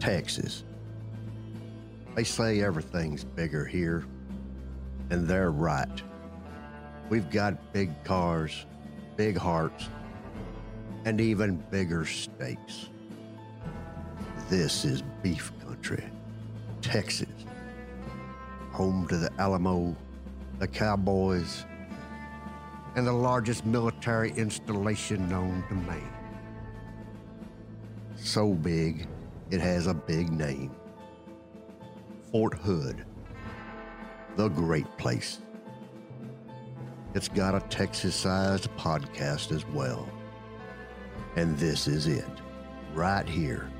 Texas. They say everything's bigger here, and they're right. We've got big cars, big hearts, and even bigger stakes. This is beef country, Texas, home to the Alamo, the Cowboys, and the largest military installation known to man. So big, it has a big name Fort Hood, the great place. It's got a Texas sized podcast as well. And this is it, right here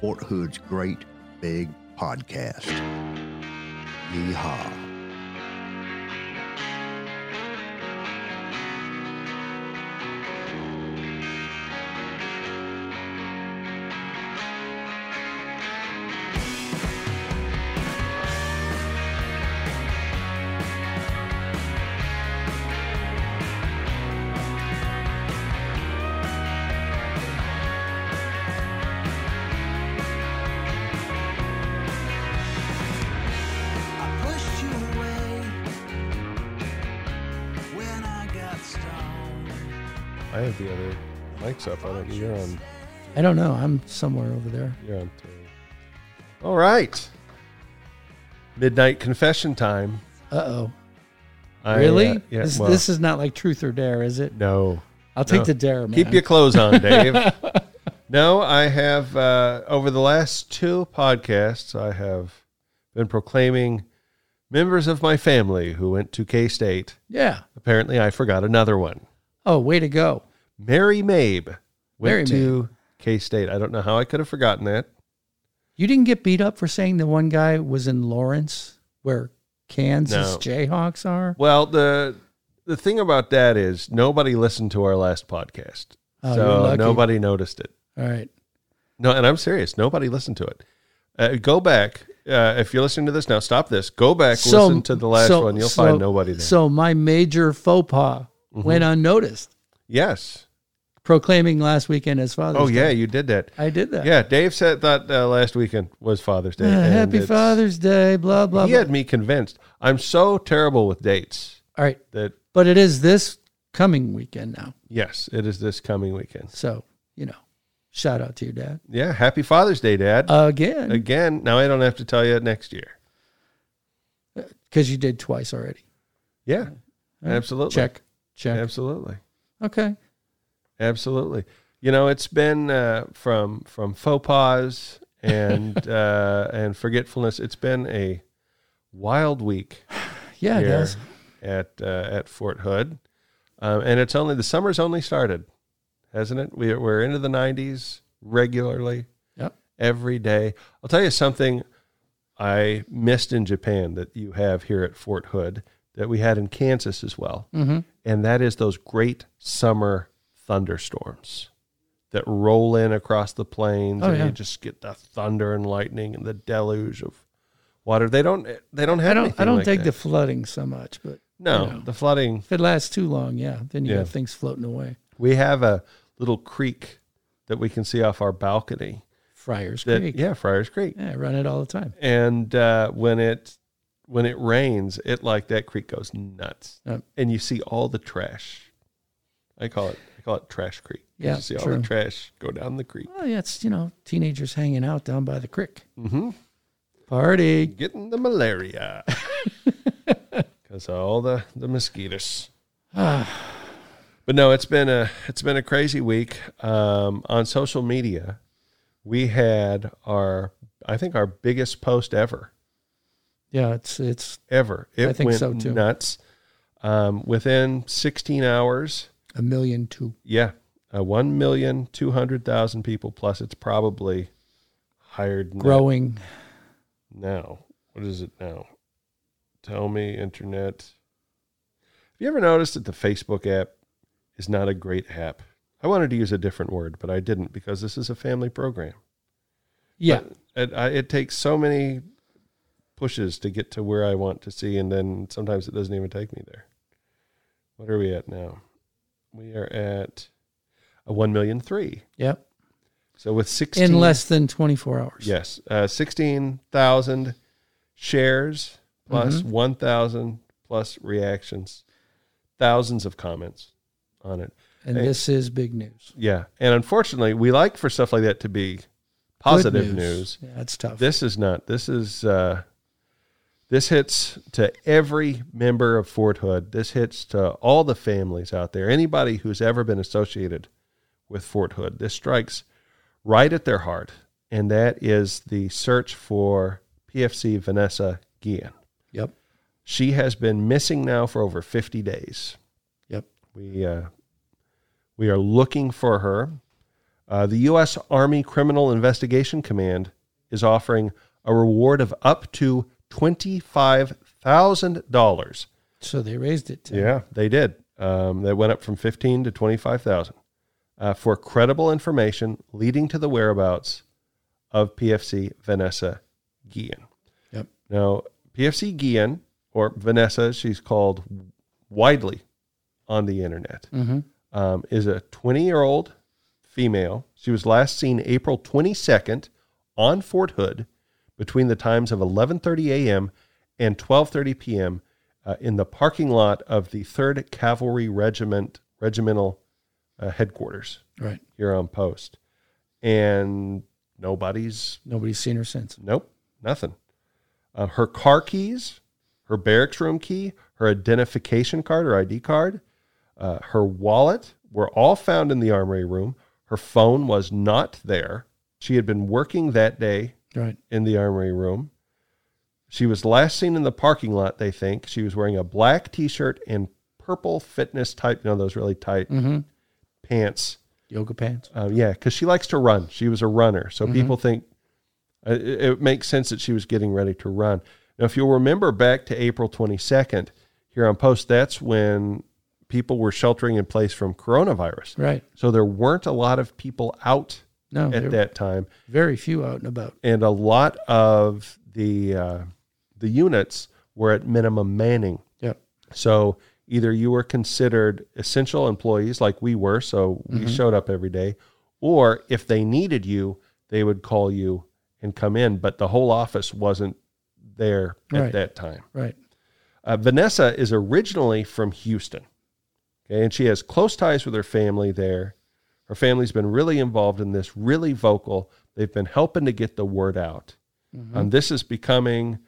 Fort Hood's great big podcast. Yeehaw. I pushed you away when I got stoned. I have the other mics up. I don't. You're on. I don't know. I'm somewhere over there. You're on three. All right. Midnight confession time. Uh oh. I, uh, Really? yeah. this, well, this is not like truth or dare, is it? no. I'll take No. the dare, man. Keep your clothes on, Dave. no, I have uh, over the last two podcasts, I have been proclaiming members of my family who went to K State. yeah. Apparently, I forgot another one. Oh, way to go. Mary Mabe Mary went to K State. I don't know how I could have forgotten that. You didn't get beat up for saying the one guy was in Lawrence, where Kansas No. Jayhawks are. Well, the the thing about that is nobody listened to our last podcast, Oh, you're so lucky. nobody noticed it. All right. No, and I'm serious. Nobody listened to it. Uh, go back uh, if you're listening to this now. Stop this. Go back. listen to the last so- one. You'll so- find nobody there. Mm-hmm. So my major faux pas went unnoticed, yes. proclaiming last weekend as Father's Oh Day. yeah, you did that. I did that. Yeah, Dave said thought uh, last weekend was Father's Day. Ah, and happy it's- Father's Day, blah, blah, He blah. had me convinced. I'm so terrible with dates All right. that But it is this coming weekend now. yes, it is this coming weekend. So, you know, shout out to your dad. Yeah, happy Father's Day, Uh, Dad. Again, Again, now I don't have to tell you next year. because you did twice already. Yeah, absolutely. Check, check. Absolutely. Okay. Absolutely. You know, it's been uh, from from faux pas and uh, and forgetfulness. It's been a wild week Yeah, it here does. at uh, at Fort Hood, um, and it's only the summer's only started, hasn't it? We, we're into the nineties regularly Yep. every day. I'll tell you something I missed in Japan that you have here at Fort Hood that we had in Kansas as well. Mm-hmm. And that is those great summer thunderstorms that roll in across the plains Oh, and yeah. you just get the thunder and lightning and the deluge of water. They don't they don't have I don't. anything I don't like dig that. the flooding so much, but No, you know. the flooding. if it lasts too long, yeah, then you Yeah. got things floating away. We have a little creek that we can see off our balcony. Friars That Creek. yeah, Friars Creek. Yeah, I run it all the time. and uh, when it when it rains, it like that creek goes nuts, Yep. and you see all the trash. I call it I call it Trash Creek. You Yeah, just see all the true. trash go down the creek, Well, yeah, it's you know teenagers hanging out down by the creek. Mhm. Party. getting the malaria because all the the mosquitoes. but no, it's been a it's been a crazy week um, on social media. We had our I think our biggest post ever. Yeah, it's it's ever. It think went so, too. nuts. Um, within 16 hours, a million two. yeah, uh, one million two hundred thousand people. Plus, it's probably higher than that Growing. now. What is it now? Tell me, internet. Have you ever noticed that the Facebook app is not a great app? I wanted to use a different word, but I didn't because this is a family program. Yeah. It, I, it takes so many pushes to get to where I want to see, and then sometimes it doesn't even take me there. What are we at now? We are at a one million three. yep. So with 16 in less than 24 hours. Yes, uh, sixteen thousand shares plus Mm-hmm. thousand plus reactions, thousands of comments on it. And this is big news. Yeah, and unfortunately, we like for stuff like that to be positive Good news. Yeah, that's tough. This is not. This is uh, this hits to every member of Fort Hood. This hits to all the families out there. Anybody who's ever been associated with Fort Hood. This strikes right at their heart, and that is the search for PFC Vanessa Guillen. yep. She has been missing now for over 50 days. Yep. We uh, we are looking for her. Uh, the U.S. Army Criminal Investigation Command is offering a reward of up to twenty-five thousand dollars. So they raised it to Yeah, they did. Um, they went up from fifteen to twenty-five thousand uh, for credible information leading to the whereabouts of PFC Vanessa Guillen. Yep. Now, PFC Guillen or Vanessa, as she's called widely on the internet, Mhm. um, is a 20-year-old female. She was last seen April 22nd on Fort Hood between the times of 11:30 a.m. and 12:30 p.m. Uh, in the parking lot of the 3rd Cavalry Regiment regimental uh, headquarters Right. here on post, and nobody's Nobody's seen her since. Nope, nothing. Uh, her car keys, her barracks room key, her identification card or ID card, uh, her wallet were all found in the armory room. Her phone was not there. She had been working that day Right. in the armory room. She was last seen in the parking lot, they think. She was wearing a black t shirt and purple fitness type, you know, those really tight Mhm. pants. Yoga pants. Uh, yeah, because she likes to run. She was a runner, so people think uh, it, it makes sense that she was getting ready to run. Now, if you'll remember back to April 22nd here on Post, that's when people were sheltering in place from coronavirus. Right. So there weren't a lot of people out No, there at were that time, very few out and about. and a lot of the uh, the units were at minimum manning. Yep. So either you were considered essential employees like we were, so we showed up every day, or if they needed you, they would call you and come in, but the whole office wasn't there at Right. that time. Right. Uh, Vanessa is originally from Houston, okay, and she has close ties with her family there. Her family's been really involved in this, really vocal. They've been helping to get the word out. Um, this is becoming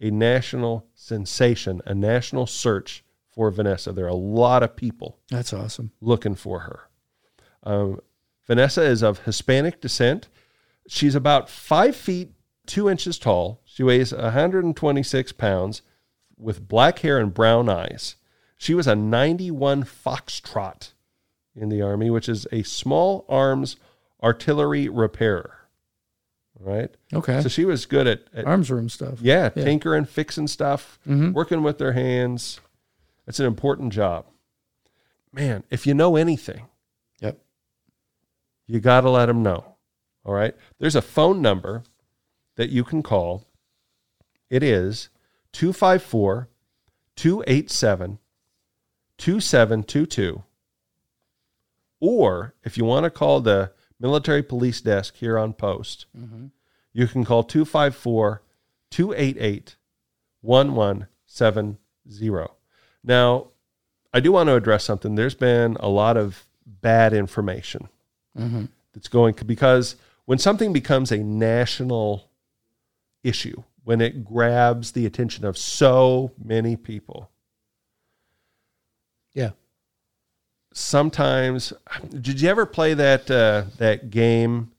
a national sensation, a national search for Vanessa. There are a lot of people That's awesome. looking for her. Um, Vanessa is of Hispanic descent. She's about five feet two inches tall. She weighs 126 pounds, with black hair and brown eyes. She was a 91 foxtrot in the army, which is a small arms artillery repairer. All right, Okay. so she was good at, at Arms room stuff. yeah, Yeah. tinkering, fixing stuff, Mm-hmm. working with their hands. It's an important job. Man, if you know anything, Yep. you got to let them know. All right. There's a phone number that you can call. It is 254 287 2722. Or if you want to call the military police desk here on post, you can call 254 288 1170. Now, I do want to address something. There's been a lot of bad information that's going because when something becomes a national issue, when it grabs the attention of so many people, Yeah. sometimes did you ever play that uh, that game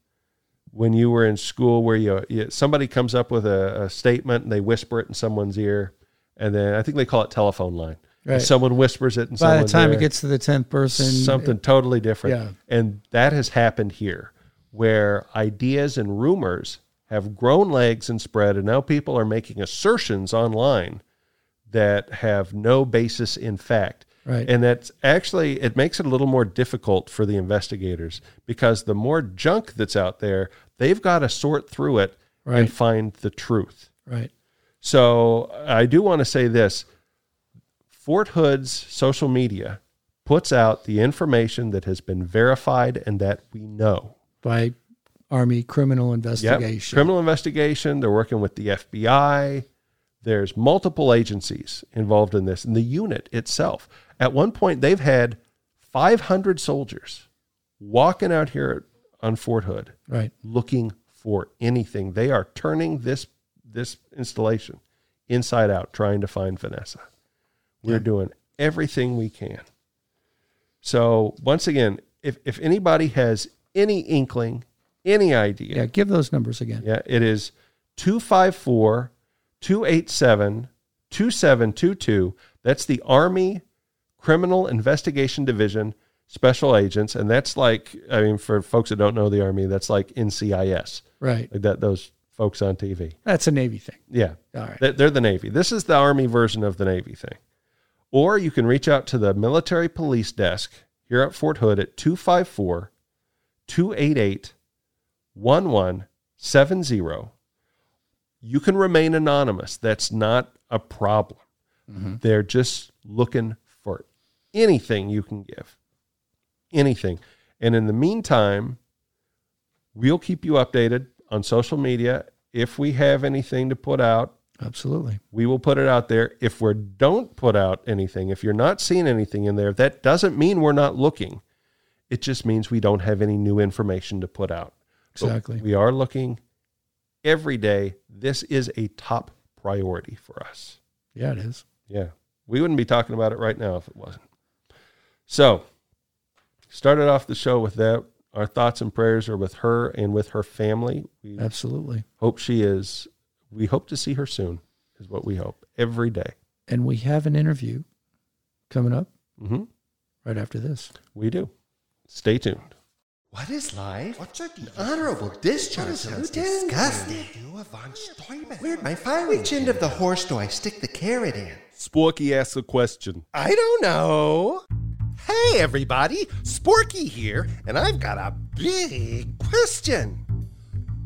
when you were in school where you, you somebody comes up with a, a statement and they whisper it in someone's ear and then I think they call it telephone line. And Right. someone whispers it in By the someone's time ear it gets to the 10th person, something totally different. Yeah. And that has happened here where ideas and rumors have grown legs and spread and now people are making assertions online that have no basis in fact. Right. And that's actually it makes it a little more difficult for the investigators because the more junk that's out there, they've got to sort through it Right. and find the truth. right. So uh, I do want to say this Fort Hood's social media puts out the information that has been verified and that we know By Army criminal Yep. investigation. Criminal investigation. They're working with the FBI. There's multiple agencies involved in this, and the unit itself. At one point, they've had 500 soldiers walking out here on Fort Hood right. looking for anything. They are turning this this installation inside out, trying to find Vanessa. We're doing everything we can. So once again, if if anybody has any inkling, any idea, Yeah. Give those numbers again. yeah, it is 254 287 2722. That's the Army Criminal Investigation Division Special Agents. And that's like, I mean, for folks that don't know the Army, that's like NCIS, Right. like that, those folks on TV. That's a Navy thing. Yeah. All right. They- They're the Navy. This is the Army version of the Navy thing. Or you can reach out to the military police desk here at Fort Hood at 254 288 1170. You can remain anonymous. That's not a problem. They're just looking for anything you can give. Anything. And in the meantime, we'll keep you updated on social media. If we have anything to put out, Absolutely. we will put it out there. If we don't put out anything, if you're not seeing anything in there, that doesn't mean we're not looking. It just means we don't have any new information to put out. But Exactly. we are looking every day. This is a top priority for us. Yeah, it is. Yeah. We wouldn't be talking about it right now if it wasn't. So, started off the show with that. Our thoughts and prayers are with her and with her family. We Absolutely. hope she is, we hope to see her soon, is what we hope every day. And we have an interview coming up Mm-hmm. right after this. We do. Stay tuned. What is life? What's your deal? Honorable discharge sounds disgusting. Where'd my fire? Which end of the horse do I stick the carrot in? Sporky asks a question. I don't know. Hey, everybody, Sporky here, and I've got a big question.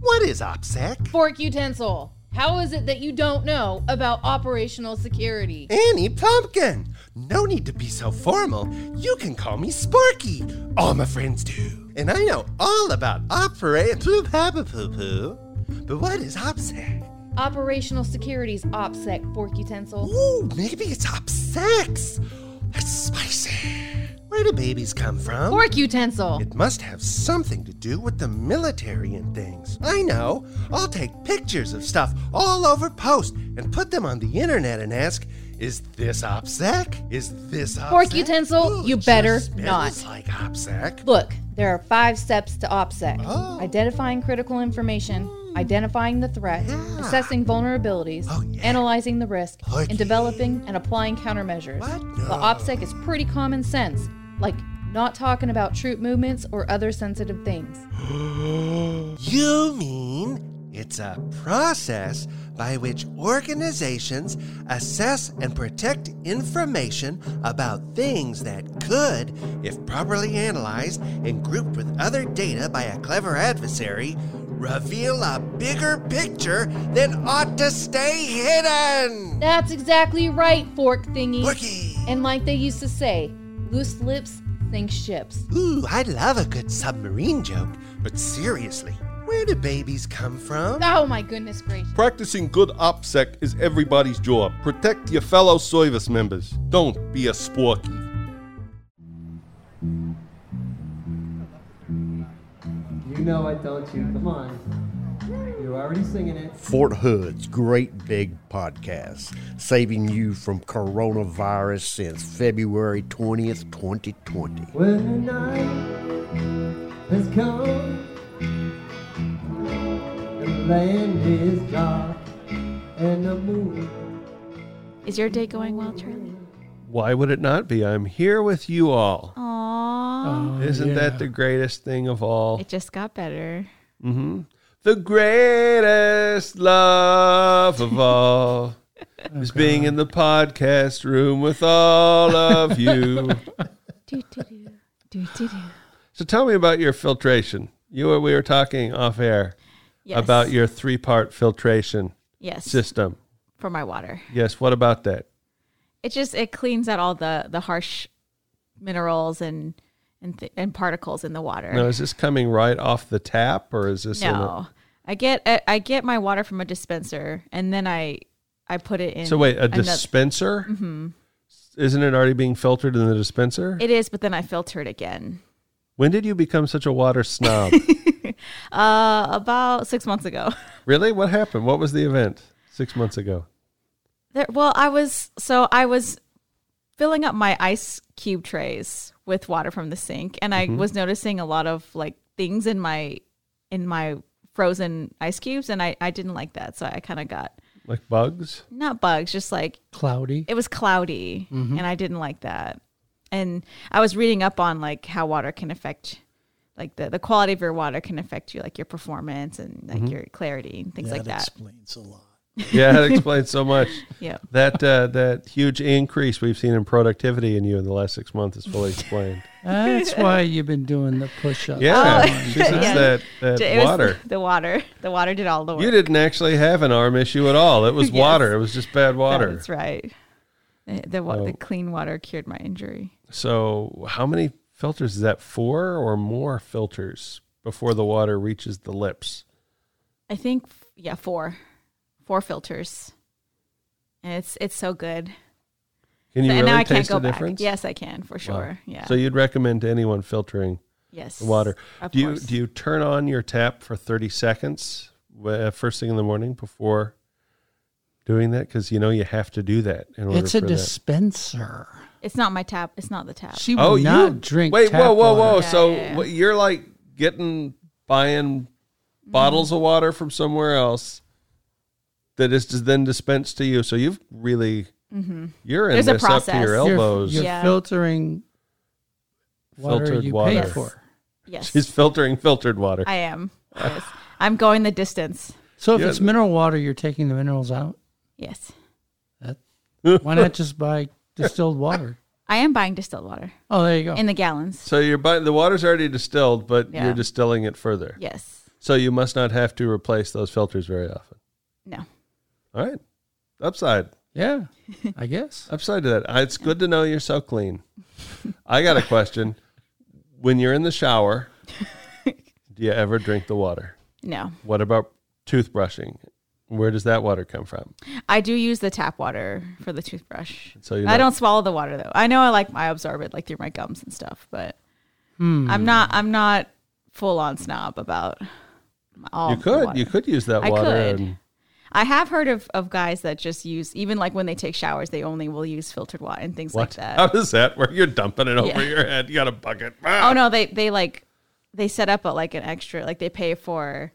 What is OPSEC? Fork utensil. How is it that you don't know about operational security? Annie Pumpkin! No need to be so formal. You can call me Sporky. All my friends do. And I know all about opera and poo poo poo poo. But what is OPSEC? Operational security's OPSEC fork utensil. Ooh, maybe it's OPSEX. That's spicy. Where do babies come from? Fork utensil. It must have something to do with the military and things. I know. I'll take pictures of stuff all over post and put them on the internet and ask, is this OPSEC? Is this OPSEC? Fork utensil, you it sure better smells not. like OPSEC. Look, there are five steps to OPSEC Oh. Hmm. identifying critical information, identifying the threat, Yeah. assessing vulnerabilities, Oh, yeah. analyzing the risk, Forky. and developing and applying countermeasures. What? The No. OPSEC is pretty common sense, like not talking about troop movements or other sensitive things. You mean it's a process by which organizations assess and protect information about things that could, if properly analyzed and grouped with other data by a clever adversary, reveal a bigger picture that ought to stay hidden? That's exactly right, fork thingy. Wookie! And like they used to say, loose lips sink ships. Ooh, I love a good submarine joke, but seriously, where do babies come from? Oh my goodness gracious. Practicing good OPSEC is everybody's job. Protect your fellow service members. Don't be a sporky. You know it, don't you? Come on. You're already singing it. Fort Hood's Great Big Podcast, saving you from coronavirus since February 20th, 2020. When the night has come, the land is dark and the moon. Is your day going well, Charlie? Why would it not be? I'm here with you all. Aww. Isn't that the greatest thing of all? It just got better. The greatest love of all is being in the podcast room with all of you. Do, do, do. Do, do, do. so tell me about your filtration. You were, we were talking off air Yes. about your three part filtration yes system. for my water. Yes, what about that? It just it cleans out all the the harsh minerals and and th- and particles in the water. Now, is this coming right off the tap or is this? in a- No. I get I, I get my water from a dispenser and then I I put it in. so wait, a another- dispenser? Mm-hmm. Isn't it already being filtered in the dispenser? It is, but then I filter it again. when did you become such a water snob? Uh, about six months ago. really? What happened? What was the event six months ago? There, well, I was so I was filling up my ice cube trays with water from the sink, and I Mm-hmm. was noticing a lot of like things in my in my frozen ice cubes, and I I didn't like that, so I kind of got Like bugs? not bugs, just like Cloudy. it was cloudy, Mm-hmm. and I didn't like that. And I was reading up on like how water can affect. Like the, the quality of your water can affect you, like your performance and like Mm-hmm. your clarity and things like that. explains a lot. Yeah, that explains so much. Yeah. That uh, that huge increase we've seen in productivity in you in the last six months is fully explained. Oh. That's why you've been doing the push up. Yeah, she says yeah. that, that It was water. the water. The water did all the work. You didn't actually have an arm issue at all. It was Yes. water. It was just bad water. That's right. The, the, wa- Oh. the clean water cured my injury. So, how many filters is that? Four or more filters before the water reaches the lips? I think, yeah, four, four filters, and it's it's so good. Can you and really now I can't taste go the back. difference? Yes, I can for sure. Yeah. So you'd recommend to anyone filtering yes. the water? Of do you course. do you turn on your tap for thirty seconds uh, first thing in the morning before doing that? Because you know you have to do that in order It's for a that. dispenser. It's not my tap. It's not the tap. She will not drink. Oh, Wait, tap whoa, whoa, whoa! water. Yeah, so yeah, Mm-hmm. yeah. what- you're like getting buying bottles of water from somewhere else that is just then dispensed to you. So you've really you're in Mm-hmm. There's a this up to your process. You're- elbows. You're, Yeah. filtering water Filtered you water. pay for. Yes, She's filtering filtered water. I am. Yes, I'm going the distance. So if Yeah. it's mineral water, you're taking the minerals out. Yes, Why not just buy distilled water? I am buying distilled water Oh, there you go. in the gallons. so you're buying the water's already distilled, but Yeah. you're distilling it further. Yes. So you must not have to replace those filters very often. No. All right, upside. yeah, I guess. upside to that. I- It's good to know you're so clean. I got a question. When you're in the shower, do you ever drink the water? No. What about toothbrushing? Where does that water come from? I do use the tap water for the toothbrush. So you're I not- don't swallow the water though. I know I like I absorb it like through my gums and stuff, but Hmm. I'm not I'm not full on snob about all You the could water. you could use that I water. could. And I have heard of, of guys that just use even like when they take showers, they only will use filtered water and things what? like that. How does that work? You're dumping it over Yeah. your head. You got a bucket. Ah! oh no, they they like they set up a, like an extra like they pay for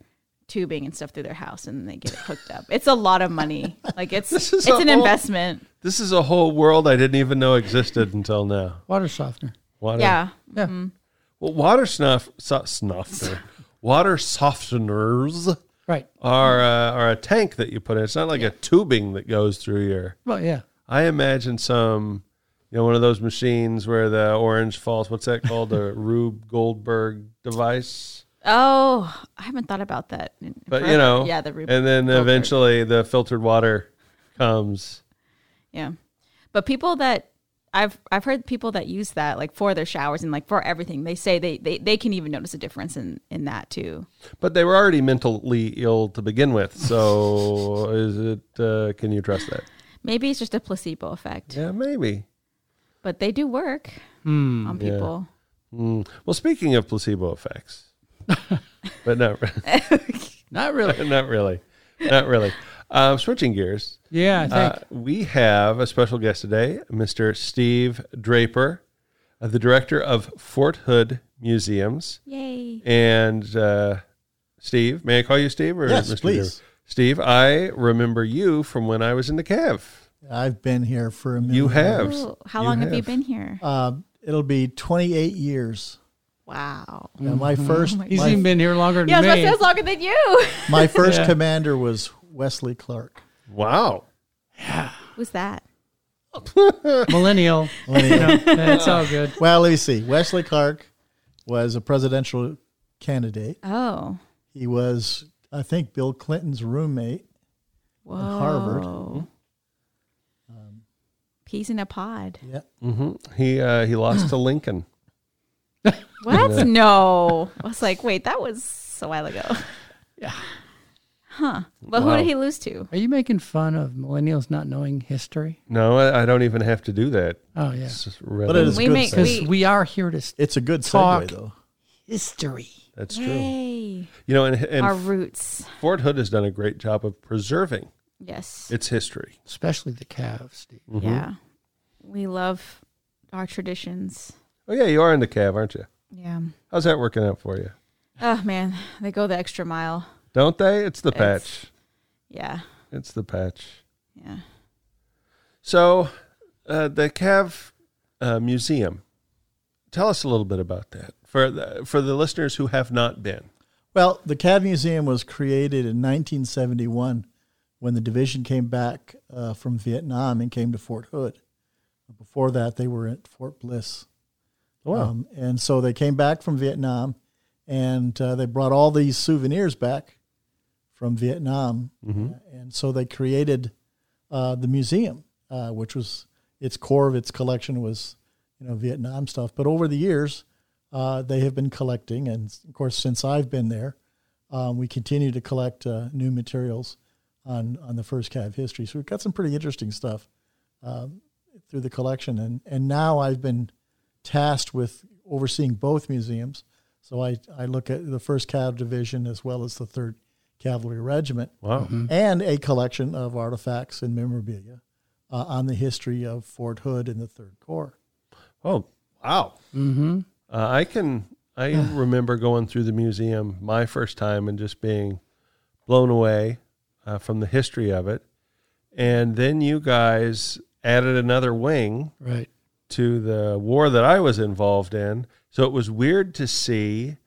tubing and stuff through their house and they get it hooked up. It's a lot of money. Like it's This it's is an a whole- investment. This is a whole world I didn't even know existed until now. Water softener. Water. Yeah. Yeah. Mm-hmm. Well, water snuff so, snuffer. water softeners Right. are uh, are a tank that you put in. It's not like a tubing that goes through your. Well, yeah. I imagine some, you know, one of those machines where the orange falls. What's that called? The Rube Goldberg device. Oh, I haven't thought about that. in- But you forever. know, yeah, the Rube and then Goldberg. eventually the filtered water comes. yeah. But people that I've I've heard people that use that like for their showers and like for everything. They say they they, they can even notice a difference in in that too. But they were already mentally ill to begin with. So is it? Uh, can you trust that? Maybe it's just a placebo effect, Yeah, maybe. but they do work on people. Mm. Well, speaking of placebo effects, but not Not really. not really, not really. Um, switching gears. Yeah, I think. Uh, we have a special guest today, Mr. Steve Draper, uh, the director of Fort Hood Museums. Yay! And uh, Steve, may I call you Steve? Or Yes, Mr. please. Draper? Steve, I remember you from when I was in the Cav. I've been here for a minute. You have. Ooh, how long have. you been here? Uh, it'll be 28 years. wow. Now, my first, He's my, even been here longer Yeah, I than was about to me. say it's longer than you. my first Yeah. commander was Wesley Clark. Wow. Who's that? Millennial. Millennial. That's all good. well, let me see. Wesley Clark was a presidential candidate. Oh, He was, I think, Bill Clinton's roommate. whoa! Harvard. Peas in a pod. Yeah. He, uh, he lost to Lincoln. What? no. I was like, wait, that was a while ago. Yeah. Huh. But who Wow. did he lose to? Are you making fun of millennials not knowing history? No, I, I don't even have to do that. Oh, yeah. It's just But But it is We good. make- segue. we- Because we are here to s- it's a good talk segue though. history. That's true. Yay. You know, and, and Our roots. Fort Hood has done a great job of preserving Yes. its history. Especially the Cavs, Steve. Mhm. Yeah. We love our traditions. Oh yeah, you are in the Cav, aren't you? Yeah. How's that working out for you? Oh man, they go the extra mile. Don't they? It's the It's- patch. Yeah. It's the patch. Yeah. So, uh, the Cav uh, Museum. Tell us a little bit about that for the, for the listeners who have not been. Well, the CAD Museum was created in 1971 when the division came back uh, from Vietnam and came to Fort Hood. Before that, they were at Fort Bliss. Wow. Um, and so they came back from Vietnam and uh, they brought all these souvenirs back from Vietnam. Uh, And so they created uh, the museum, uh, which was its core of its collection was, you know, Vietnam stuff. But over the years, uh, they have been collecting. And of course, since I've been there, um, we continue to collect uh, new materials on, on the first calf history. So we've got some pretty interesting stuff through the collection and and now I've been tasked with overseeing both museums. So I, I look at the first cav division as well as the third cavalry regiment Wow. and a collection of artifacts and memorabilia uh, on the history of Fort Hood and the third corps. Oh, wow. Mm-hmm. Uh, I can I remember going through the museum my first time and just being blown away uh, from the history of it. And then you guys added another wing Right. to the war that I was involved in. So it was weird to see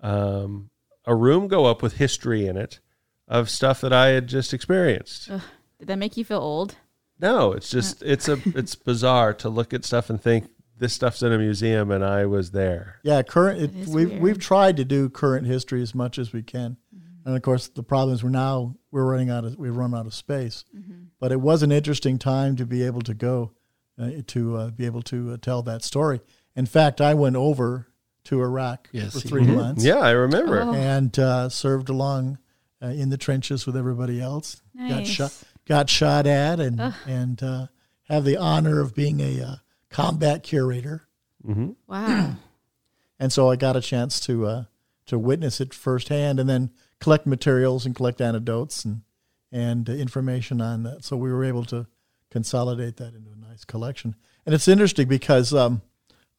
um, a room go up with history in it of stuff that I had just experienced. Ugh. Did that make you feel old? No, it's just it's a it's bizarre to look at stuff and think this stuff's in a museum and I was there. Yeah, current. That is It, we've weird. Mm-hmm. we've tried to do current history as much as we can, and of course the problem is we're now we're running out of we've run out of space. Mm-hmm. But it was an interesting time to be able to go, uh, to uh, be able to uh, tell that story. In fact, I went over to Iraq Yes, for you three did. months. Yeah, I remember. Oh. and uh, served along uh, in the trenches with everybody else. Got Nice. shot, got shot at, and and uh, have the honor of being a uh, combat curator Wow. and so I got a chance to uh, to witness it firsthand, and then collect materials and collect anecdotes and and uh, information on that. So we were able to consolidate that into a nice collection. And it's interesting because um,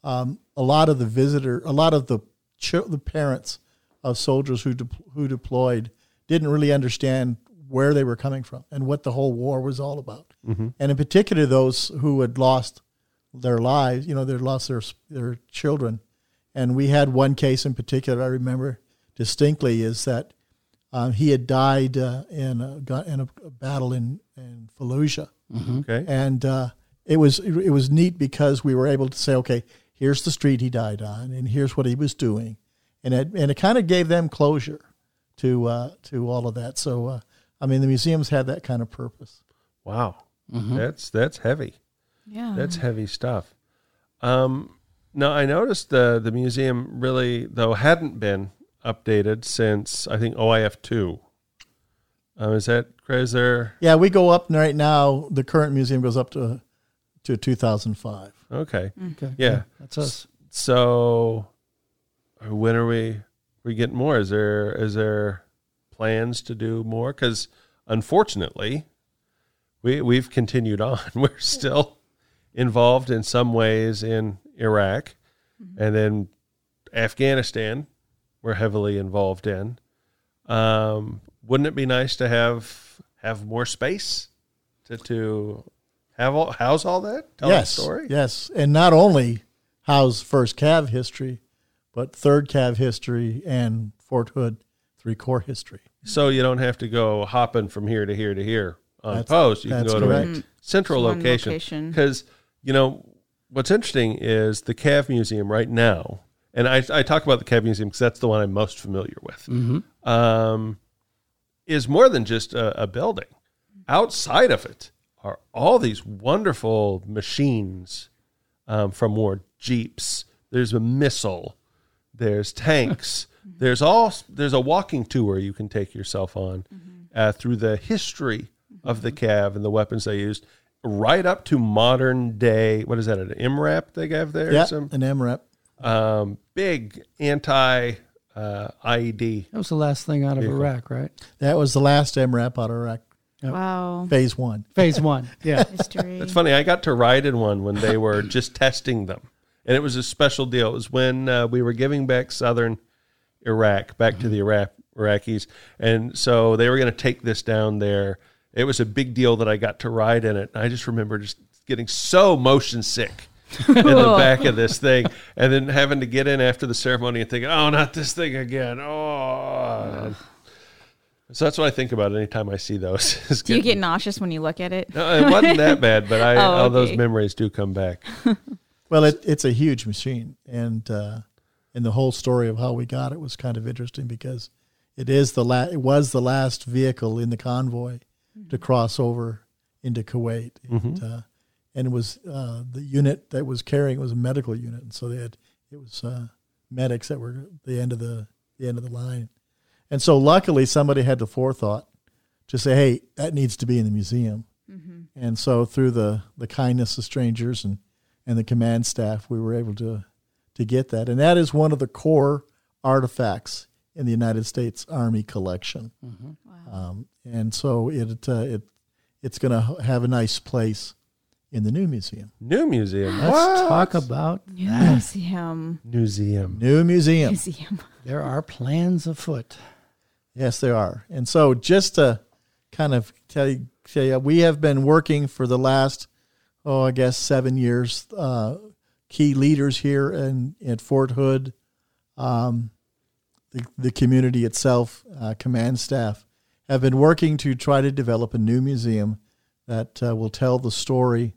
um, a lot of the visitor, a lot of the chil- the parents of soldiers who de- who deployed didn't really understand where they were coming from and what the whole war was all about. And in particular, those who had lost their lives, you know, they lost their their children. And we had one case in particular I remember distinctly is that um, he had died uh, in a gun- in a battle in, in Fallujah, Okay. and uh, it was it was neat because we were able to say, okay, here's the street he died on, and here's what he was doing, and it and it kind of gave them closure to uh, to all of that. So uh, I mean, the museums have that kind of purpose. Wow. That's that's heavy. Yeah. That's heavy stuff. Um now I noticed the the museum really though hadn't been updated since I think OIF two. Um, is that is there Yeah, we go up right now. The current museum goes up to to 2005. okay. Okay. Yeah. That's us. So uh, when are we we getting more? Is there is there plans to do more? Because unfortunately, we we've continued on. We're still involved in some ways in Iraq, and then Afghanistan. We're heavily involved in. Um, wouldn't it be nice to have have more space to to have all, house all that? Tell yes, that story. yes, and not only house first Cav history, but third Cav history and Fort Hood three Corps history. So you don't have to go hopping from here to here to here on That's- post. You can that's go to a correct. central One location. location. Because, you know, what's interesting is the Cav Museum right now, and I, I talk about the Cav Museum because that's the one I'm most familiar with, Mm-hmm. um, is more than just a, a building. Outside of it are all these wonderful machines um, from war, jeeps There's a missile. There's tanks. there's all. There's a walking tour you can take yourself on uh, through the history of the cav and the weapons they used, right up to modern day. What is that? An MRAP they have there? Yeah, Some- an MRAP. um, big anti uh, IED. That was the last thing out of Vehicle. Iraq, right? That was the last MRAP out of Iraq. Wow. Phase one. Phase one. Yeah. History. It's funny. I got to ride in one when they were just testing them, and it was a special deal. It was when uh, we were giving back southern Iraq back to the Mm-hmm. Iraq Iraqis, and so they were going to take this down there. It was a big deal that I got to ride in it. I just remember just getting so motion sick in the back of this thing, and then having to get in after the ceremony and thinking, "Oh, not this thing again!" Oh. So that's what I think about anytime I see those. is Do you getting- get nauseous when you look at it? no, Uh, it wasn't that bad, but I, Oh, all those okay. memories do come back. Well, it, it's a huge machine, and uh, and the whole story of how we got it was kind of interesting because it is the la- it was the last vehicle in the convoy to cross over into Kuwait, and, uh, and it was uh, the unit that was carrying it was a medical unit, and so they had it was uh, medics that were the end of the the end of the line, and so luckily somebody had the forethought to say, hey, that needs to be in the museum. And so through the, the kindness of strangers and, and the command staff, we were able to, to get that. And that is one of the core artifacts in the United States Army collection. Um, and so it, uh, it, it's going to have a nice place in the new museum. New museum. Let's talk about New museum. Museum. New museum. Museum. there are plans afoot. Yes, there are. And so just to kind of tell you, tell you we have been working for the last, oh, I guess seven years, uh, key leaders here in, at Fort Hood, um, the, the community itself, uh, command staff, have been working to try to develop a new museum that uh, will tell the story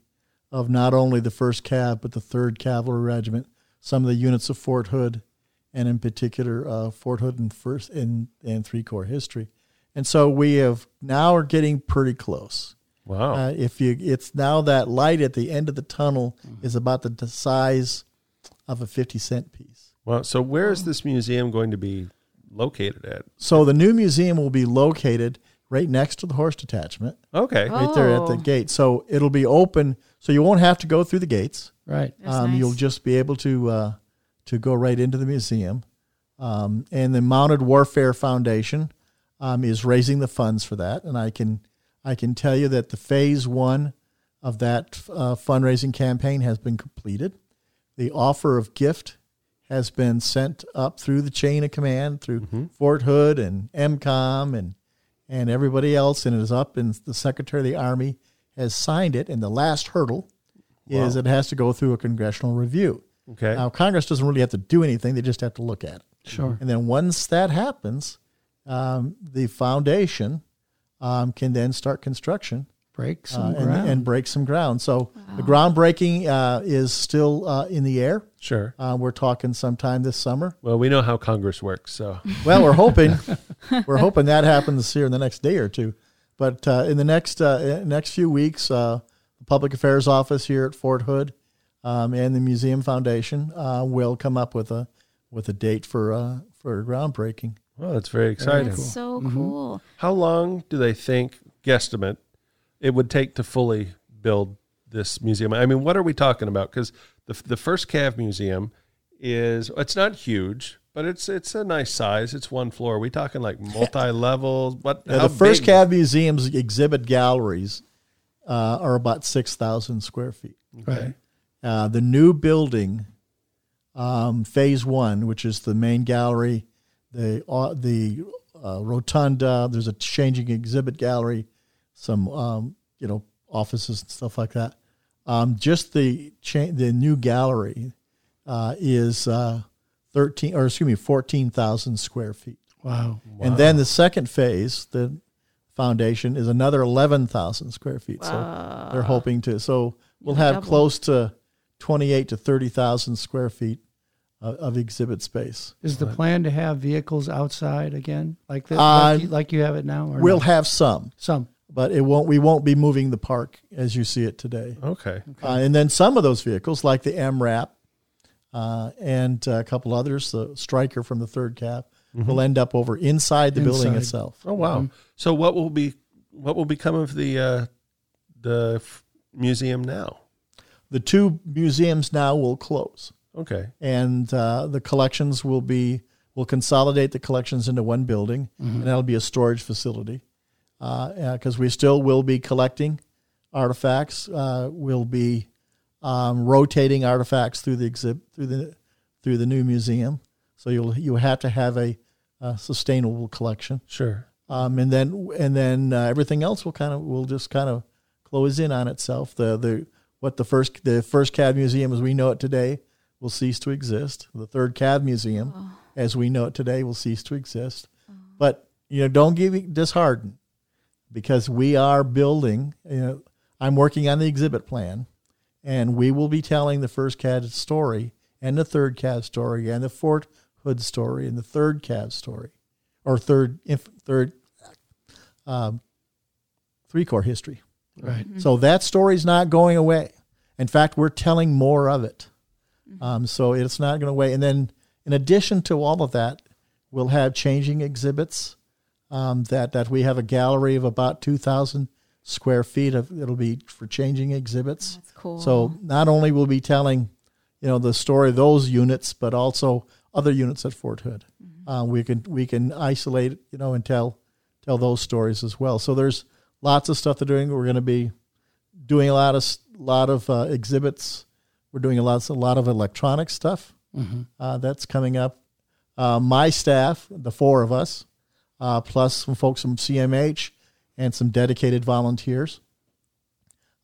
of not only the 1st Cav, but the 3rd Cavalry Regiment, some of the units of Fort Hood, and in particular uh, Fort Hood and first and, and three corps history. And so we have now are getting pretty close. Wow. Uh, if you, it's now that light at the end of the tunnel is about the t- size of a fifty cent piece. Well, so where is this museum going to be located at? So the new museum will be located right next to the horse detachment, Okay. right there at the Oh. gate. So it'll be open, so you won't have to go through the gates. Right. That's Um, You'll nice. just be able to uh, to go right into the museum. Um, and the Mounted Warfare Foundation um, is raising the funds for that. And I can I can tell you that the phase one of that uh, fundraising campaign has been completed. The offer of gift has been sent up through the chain of command through Fort Hood and MCOM and and everybody else, and it is up. And the Secretary of the Army has signed it. And the last hurdle is it has to go through a congressional review. Okay. Now, Congress doesn't really have to do anything; they just have to look at it. Sure. And then once that happens, um, the foundation um, can then start construction Break some uh, and, ground. and break some ground. So the groundbreaking uh, is still uh, in the air. Sure. Uh, we're talking sometime this summer. Well, we know how Congress works, so Well, we're hoping we're hoping that happens here in the next day or two. But uh, in the next uh, next few weeks, uh, the Public Affairs Office here at Fort Hood um, and the Museum Foundation uh, will come up with a with a date for uh, for groundbreaking. well, that's very exciting. That's so cool. How long do they think guesstimate it would take to fully build this museum? I mean, what are we talking about? Because the the first Cav Museum is it's not huge, but it's it's a nice size. It's one floor. Are we talking like multi levels? What Now, how the first big? Cav Museum's exhibit galleries uh, are about six thousand square feet. right. Uh, the new building, um, phase one, which is the main gallery, the uh, the uh, rotunda. There's a changing exhibit gallery, some um, you know offices and stuff like that. Um, just the cha- the new gallery uh, is uh, thirteen or excuse me fourteen thousand square feet. Wow. And then the second phase, the foundation, is another 11,000 square feet. So they're hoping to, so we'll have double. close to 28 to 30,000 square feet of, of exhibit space. Is the plan to have vehicles outside again like this, Uh, like, you, like you have it now? Or We'll no? have some, some. but it won't, we won't be moving the park as you see it today. Okay. Uh, and then some of those vehicles, like the MRAP, uh, and a couple others, the striker from the third cap, Mhm. will end up over inside the building Inside. itself. Oh wow! So what will be what will become of the uh, the f- museum now? The two museums now will close. Okay. And uh, the collections will be, will consolidate the collections into one building, Mhm. and that'll be a storage facility. Because uh 'cause we still will be collecting artifacts, uh, we'll be um, rotating artifacts through the exhibit through the through the new museum. So you'll you have to have a, uh sustainable collection. Sure. Um, and then and then uh, everything else will kind of will just kind of close in on itself. The the what the first the first cab museum as we know it today will cease to exist. The third cab museum as we know it today will cease to exist. But you know, don't get disheartened because we are building. You know, I'm working on the exhibit plan, and we will be telling the first cab story and the third cab story and the Fort Hood story and the third cab story, or third inf- third um, three core history. Right. So that story's not going away. In fact, we're telling more of it. Um, so it's not going away. And then, in addition to all of that, we'll have changing exhibits. Um, that that we have a gallery of about two thousand square feet of it'll be for changing exhibits. That's cool. So not only will we be telling, you know, the story of those units, but also other units at Fort Hood. Uh, we can we can isolate, you know, and tell tell those stories as well. So there's lots of stuff they're doing. We're going to be doing a lot of s- lot of uh, exhibits. We're doing a lot a lot of electronic stuff Mhm. uh, that's coming up. Uh, my staff, the four of us, uh, plus some folks from CMH and some dedicated volunteers,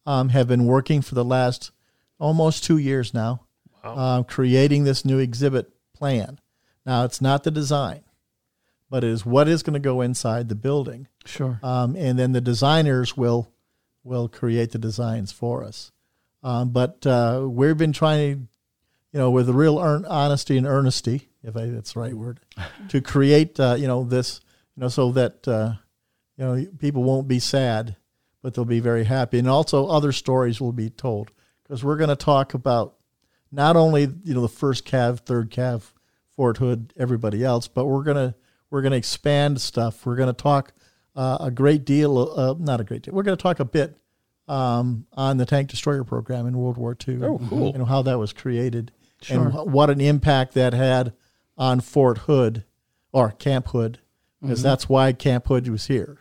um, have been working for the last almost two years now, uh, creating this new exhibit plan. Now it's not the design, but it is what is going to go inside the building. Sure. Um, and then the designers will will create the designs for us. Um, but uh, we've been trying to, you know, with real earn, honesty and earnesty, if I, that's the right word, to create, uh, you know, this, you know, so that, uh, you know, people won't be sad, but they'll be very happy. And also other stories will be told because we're going to talk about not only, you know, the first calf, third calf, Fort Hood, everybody else, but we're going to, we're going to expand stuff. We're going to talk uh, a great deal, uh, not a great deal. We're going to talk a bit um, on the tank destroyer program in World War II. Oh, cool. And how that was created, Sure. and wh- what an impact that had on Fort Hood or Camp Hood, because Mm-hmm. Mhm. that's why Camp Hood was here.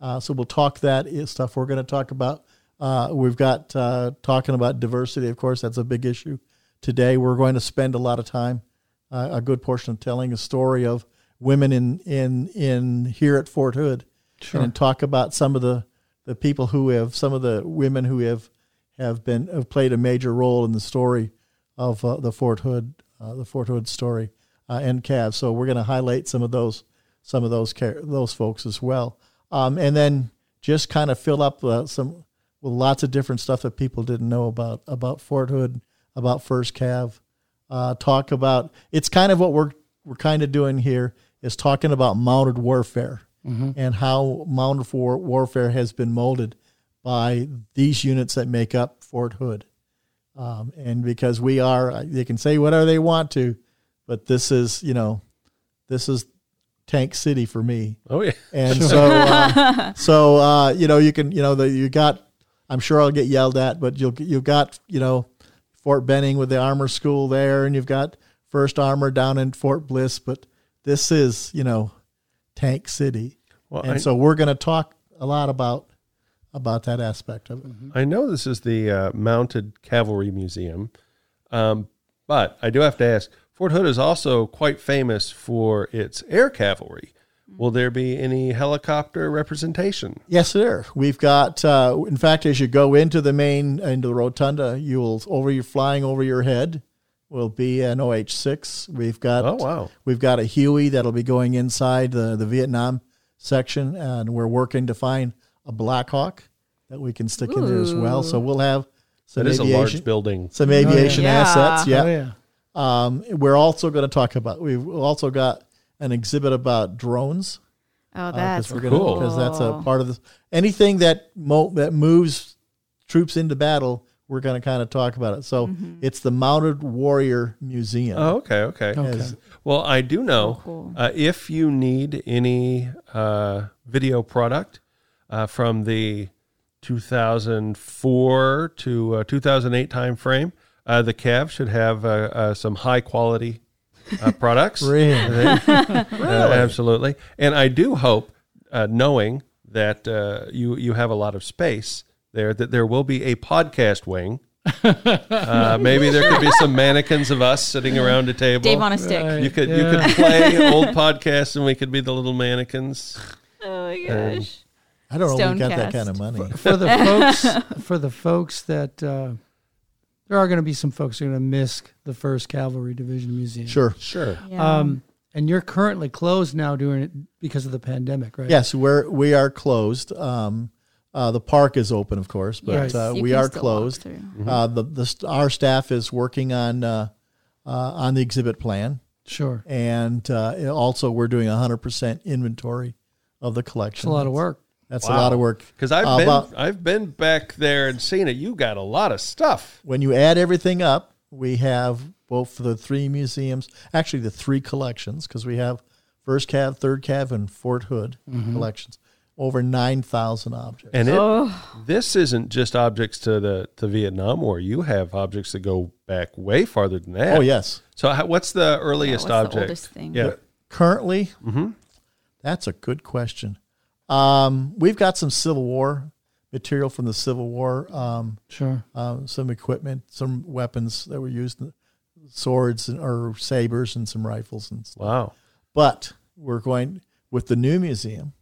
Uh, so we'll talk that i- stuff. We're going to talk about. Uh, we've got uh, talking about diversity, of course. That's a big issue today. We're going to spend a lot of time, uh, a good portion of telling a story of women in in in here at Fort Hood, Sure. and then talk about some of the the people who have some of the women who have have been have played a major role in the story of uh, the Fort Hood uh, the Fort Hood story uh, and Cavs. So we're going to highlight some of those some of those char- those folks as well, um, and then just kind of fill up uh, some with lots of different stuff that people didn't know about about Fort Hood, about First Cav. Uh, talk about it's kind of what we're we're kind of doing here is talking about mounted warfare Mhm. and how mounted war, warfare has been molded by these units that make up Fort Hood. Um, and because we are, uh, they can say whatever they want to, but this is, you know, this is Tank City for me. Oh, yeah. And Sure. so, uh, so uh, you know, you can, you know, the, you got. I'm sure I'll get yelled at, but you'll you've got, you know, Fort Benning with the Armor School there, and you've got First Armor down in Fort Bliss, but this is, you know, Tank City. Well, and I- so we're going to talk a lot about about that aspect of it. I know this is the uh, Mounted Cavalry Museum, um, but I do have to ask Fort Hood is also quite famous for its air cavalry. Mm-hmm. Will there be any helicopter representation? Yes, sir. We've got, uh, in fact, as you go into the main, into the rotunda, you will, over your, flying over your head will be an OH-6. We've got, Oh, wow. We've got a Huey that'll be going inside the, the Vietnam section, and we're working to find a Black Hawk that we can stick in there as well. So Ooh. we'll have some That is a aviation, large building. Some Oh, yeah. aviation Yeah. assets. Yeah. Oh, yeah. Um, we're also going to talk about, we've also got an exhibit about drones. Oh, Uh, 'cause that's we're gonna- cool. that's a part of this. Anything that mo- that moves troops into battle, we're going to kind of talk about it. So Mm-hmm. it's the Mounted Warrior Museum. Oh, okay, okay. Yes. Well, I do know Oh, uh, if you need any uh, video product uh, from the 2004 to uh, 2008 time frame, uh, the Cav should have uh, uh, some high quality uh, products. Really? Uh, Really? absolutely. And I do hope, uh, knowing that uh, you you have a lot of space there, that there will be a podcast wing. Uh, maybe there could be some mannequins of us sitting around a table. Dave on a stick. Right, You could you yeah. could play old podcasts, and we could be the little mannequins. Oh my Um, gosh. I don't know if we got that Stonecast. kind of money. for the folks for the folks that uh, there are going to be some folks who are going to miss the first cavalry division museum Sure. Sure. um, and you're currently closed now doing it because of the pandemic right Yes, we're we are closed. Um, uh, the park is open, of course, but Yes, Mm-hmm. uh, you we can are still walk closed. through. Uh, the, the st- our staff is working on uh, uh, on the exhibit plan, sure and uh, it- also we're doing hundred percent inventory of the collection. it's a lot of work That's a lot of work Because I've Uh, been about- I've been back there and seen it. You got a lot of stuff. when you add everything up, we have both the three museums, actually the three collections, because we have First Cav, Third Cav, and Fort Hood collections, over 9,000 objects. And it, Oh. this isn't just objects to the to Vietnam War. You have objects that go back way farther than that. Oh, yes. So how, what's the earliest what's the object? oldest thing? Yeah. Currently, Mm-hmm. that's a good question. Um, we've got some Civil War material from the Civil War, um, sure uh, some equipment, some weapons that were used, swords and, or sabers and some rifles and stuff. Wow. But we're going with the new museum.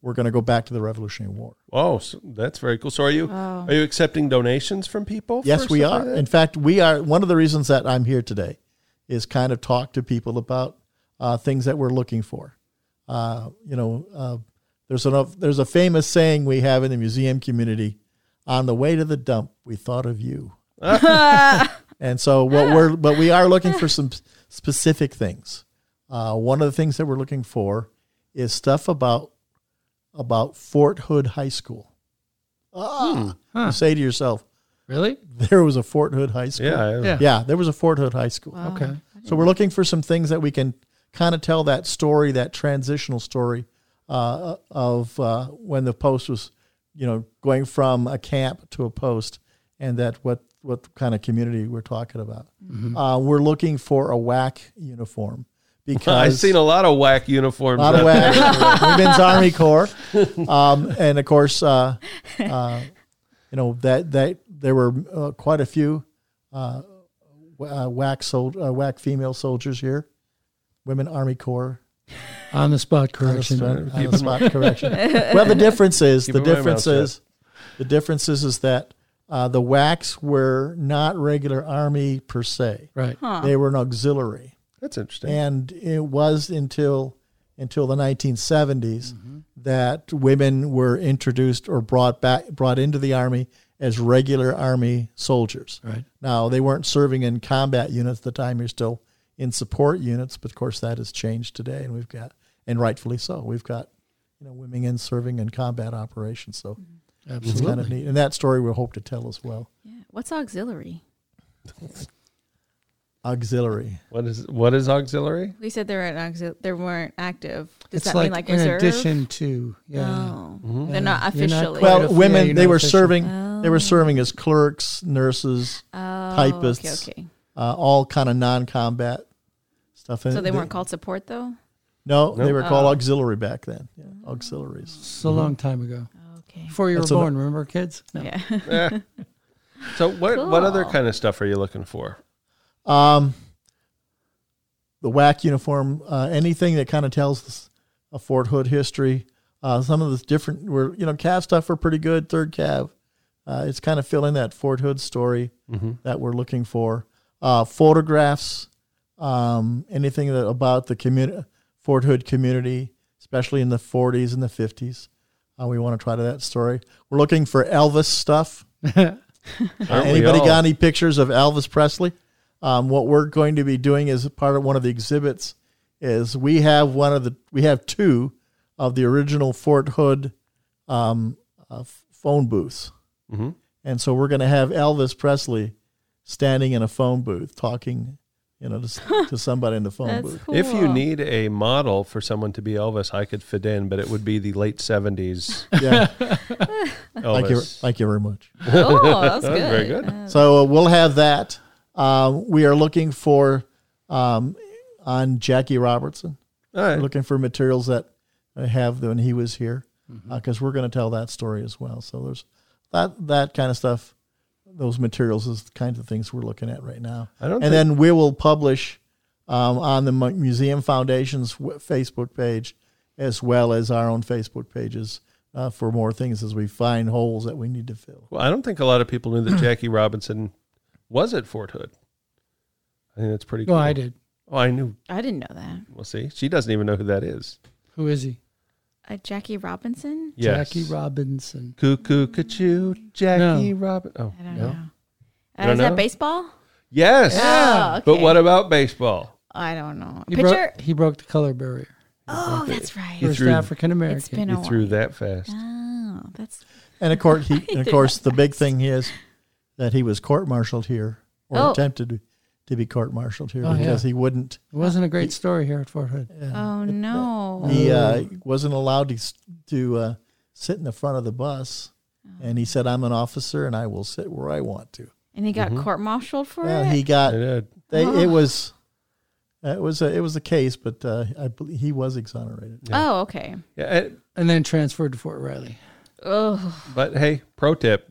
We're going to go back to the Revolutionary War. Oh, so that's very cool. So are you Oh. are you accepting donations from people? Yes, for we stuff are. like that? In fact, we are. One of the reasons that I'm here today is kind of talk to people about uh, things that we're looking for. Uh, you know, uh, there's an, there's a famous saying we have in the museum community: "On the way to the dump, we thought of you." and so, what we're but we are looking for some specific things. Uh, one of the things that we're looking for is stuff about about Fort Hood High School. Ah, Huh. you say to yourself, really there was a Fort Hood High School. Yeah. Yeah. Yeah, there was a Fort Hood High School. okay So we're looking for some things that we can kind of tell that story, that transitional story uh, of uh, when the post was, you know, going from a camp to a post, and that what what kind of community we're talking about. Mm-hmm. Uh, we're looking for a WAC uniform because I've seen a lot of whack uniforms. lot of out whack. there. Women's Army Corps, um, and of course, uh, uh, you know that that there were uh, quite a few uh, w- uh, whack sold uh, whack female soldiers here, Women Army Corps. on the spot on the correction spot- on the spot correction. Well, the difference is Keep the my mouth difference shut. is the difference is is that uh, the WACs were not regular army per se. right They were an auxiliary That's interesting. and it was until until the 1970s Mm-hmm. that women were introduced or brought back brought into the army as regular army soldiers. Right. Now they weren't serving in combat units at the time; you're still in support units, but of course that has changed today, and we've got and rightfully so. We've got you know women in serving in combat operations, so it's kind of Mm-hmm. absolutely neat. And that story we hope to tell as well. Yeah. What's auxiliary? Auxiliary. What is what is auxiliary? We said they weren't auxil- they weren't active. Does it's that like mean like in reserve? addition to yeah Oh. They're Yeah. not You're not officially. quite Well, a- yeah, women you're they not were official. serving. They were serving as clerks, nurses, oh, typists. Okay, okay. uh, all kind of non-combat stuff. So they weren't called support though? No, they Nope. were called Oh. auxiliary back then. Yeah, auxiliaries. it's a long time ago Okay. before you Mm-hmm. were That's a lo- born remember kids no. Yeah. Eh. So what what other Cool. kind of stuff are you looking for? Um, the WAC uniform, uh, anything that kind of tells us a Fort Hood history. Uh, some of the different, were you know, Cav stuff are pretty good. Third Cav, uh, it's kind of filling that Fort Hood story that we're looking for. Uh, photographs, um, anything that about the community, Fort Hood community, especially in the 40s and the 50s. Uh, we want to try to that story. We're looking for Elvis stuff. Aren't we Uh, Anybody all? got any pictures of Elvis Presley? Um, what we're going to be doing as part of one of the exhibits is we have one of the we have two Mm-hmm. of the original Fort Hood um, uh, phone booths, And so we're going to have Elvis Presley standing in a phone booth talking, you know, to, s- to somebody in the phone That's booth. cool. If you need a model for someone to be Elvis, I could fit in, but it would be the late 70s. Yeah. Thank you, Elvis. thank you very much. Oh, that was good. Very good. So uh, we'll have that. Um, we are looking for um, on Jackie Robertson. All right. We're looking for materials that I have when he was here, because Mm-hmm. we're going to tell that story as well. So there's that that kind of stuff. Those materials is the kind of things we're looking at right now. I don't and think- then we will publish um, on the Mu- Museum Foundation's w- Facebook page, as well as our own Facebook pages uh, for more things as we find holes that we need to fill. Well, I don't think a lot of people knew that Jackie Robinson was at Fort Hood. I think that's pretty cool. Well, I did. Oh, I knew. I didn't know that. Well, see, she doesn't even know who that is. Who is he? Uh, Jackie Robinson? Yes. Jackie Robinson. Cuckoo, cuckoo, Jackie No. Robinson. Oh, I don't no. know. Uh, don't is know? that baseball? Yes. Yeah. Oh, But okay. what about baseball? I don't know. He, Picture. broke, he broke the color barrier. oh, that's right. He First threw- African It's American. been a You while. threw that fast. Oh, that's And of course, he, and of did course, that the big fast. thing is that he was court-martialed here, or Oh. attempted to be court-martialed here Oh, yeah. because he wouldn't. It wasn't a great story here at Fort Hood. Oh no. He uh, wasn't allowed to s- to uh, sit in the front of the bus, and he said, "I'm an officer, and I will sit where I want to." and he got court-martialed for Well, it. he got I did. they, it was it was a, it was a case, but uh, I believe he was exonerated. Oh, okay. Yeah, and- And then transferred to Fort Riley. Oh, but hey, pro tip,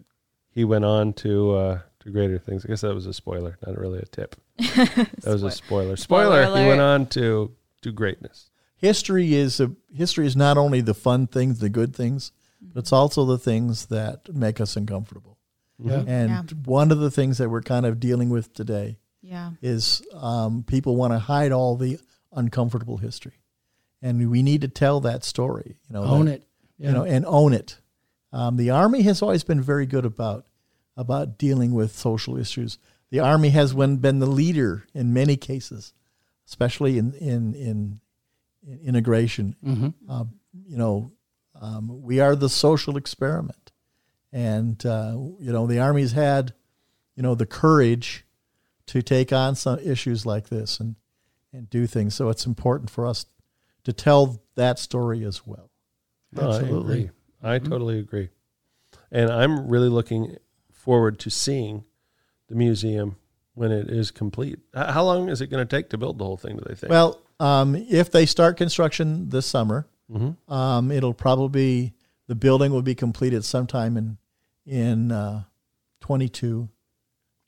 he went on to uh, to greater things. I guess that was a spoiler, not really a tip. That was a spoiler. Spoiler. Spoiler he went alert. on to do greatness. History is a, history is not only the fun things, the good things, but it's also the things that make us uncomfortable. Yeah. And Yeah. one of the things that we're kind of dealing with today yeah. is um, people want to hide all the uncomfortable history, and we need to tell that story. You know, Own that- it. Yeah. You know, and own it. Um, the army has always been very good about about dealing with social issues. The army has when- been the leader in many cases, especially in in in, in integration. Uh, you know, um, we are the social experiment, and uh, you know the army's had, you know, the courage to take on some issues like this and and do things. So it's important for us to tell that story as well. No, Absolutely. I, agree. I Mm-hmm. totally agree. And I'm really looking forward to seeing the museum when it is complete. H- How long is it going to take to build the whole thing, do they think? Well, um, if they start construction this summer, Mhm. um, it'll probably the building will be completed sometime in in uh, twenty two.